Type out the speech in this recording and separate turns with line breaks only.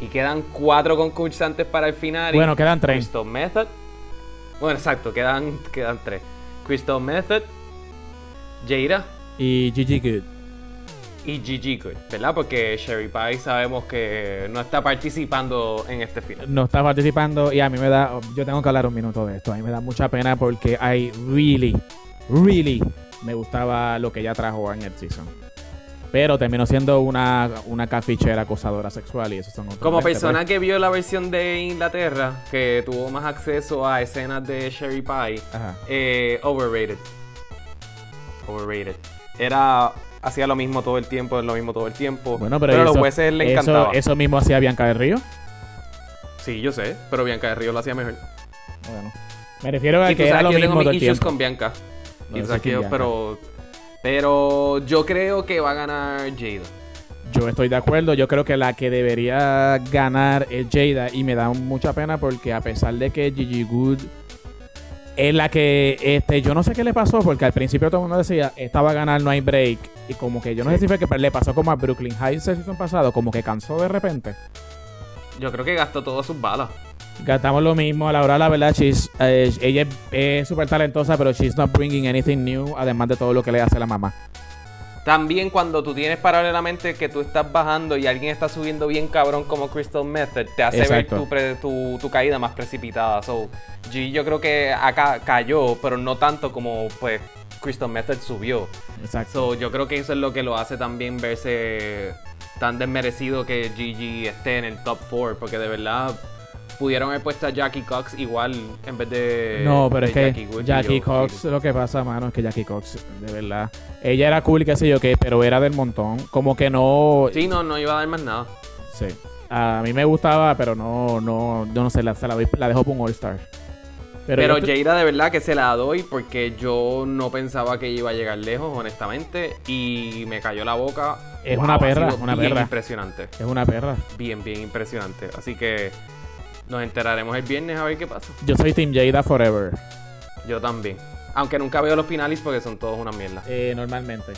Y quedan cuatro concursantes para el final. y
Bueno, quedan tres.
Crystal Method. Bueno, exacto, quedan, quedan tres. Crystal Method, Jada
Y GG Good.
y Gigi Good, ¿verdad? Porque Sherry Pie sabemos que no está participando en este final.
No está participando y a mí me da. Yo tengo que hablar un minuto de esto. A mí me da mucha pena porque I really, really me gustaba lo que ella trajo en el season. Pero terminó siendo una, una cafichera acosadora sexual y eso son otros pues,
Como
20,
persona que vio la versión de Inglaterra, que tuvo más acceso a escenas de Sherry Pie,
pues. Ajá.
eh, overrated. Overrated. Era. Hacía lo mismo todo el tiempo, lo mismo todo el tiempo.
Bueno, pero,
a los
eso-
jueces le
eso-
encantaba.
Eso, mismo hacía Bianca del Río.
Sí, yo sé, pero Bianca de Río lo hacía mejor.
Bueno. Me refiero a
y tú
que era
sabes
lo
que yo tengo
mismo todo
mis
el
issues
tiempo.
con Bianca.
No,
Y tú
eso
sabes
es
que
con
yo- pero. Pero yo creo que va a ganar Jada.
Yo estoy de acuerdo, yo creo que la que debería ganar es Jada y me da mucha pena porque a pesar de que Gigi Good es la que, este, yo no sé qué le pasó porque al principio todo el mundo decía, esta va a ganar, no hay break y como que yo no sé si fue que le pasó como a Brooklyn Heights el season pasado, como que cansó de repente.
Yo creo que gastó todas sus balas.
Gastamos lo mismo a la hora, la verdad, she's, eh, ella es súper talentosa pero she's not bringing anything new además de todo lo que le hace la mamá.
También cuando tú tienes paralelamente que tú estás bajando y alguien está subiendo bien cabrón como Crystal Method, te hace
Exacto.
ver tu, pre- tu, tu caída más precipitada. So, G yo creo que acá cayó, pero no tanto como pues Crystal Method subió.
Exacto.
So, yo creo que eso es lo que lo hace también verse tan desmerecido que Gigi esté en el top 4, porque de verdad pudieron haber puesto a Jackie Cox igual en vez de.
No, pero es
Eh, de
que
Wood, y
Jackie
yo-
Cox, lo que pasa, mano, es que Jackie Cox, de verdad, ella era cool, qué sé yo qué, pero era del montón. Como que no.
Sí, no, no iba a dar más nada.
Sí. A mí me gustaba, pero no, no, yo no sé, la, se la, doy- la dejo por un All-Star.
Pero,
yo-
Jaira de verdad que se la doy porque yo no pensaba que iba a llegar lejos, honestamente, y me cayó la boca.
Es una
ha
perra,
sido
una
bien
perra.
impresionante,
es una perra.
bien, bien impresionante. Así que nos enteraremos el viernes a ver qué pasa.
Yo soy Team Jada Forever.
Yo también. Aunque nunca veo los finales porque son todos una mierda.
Eh, normalmente.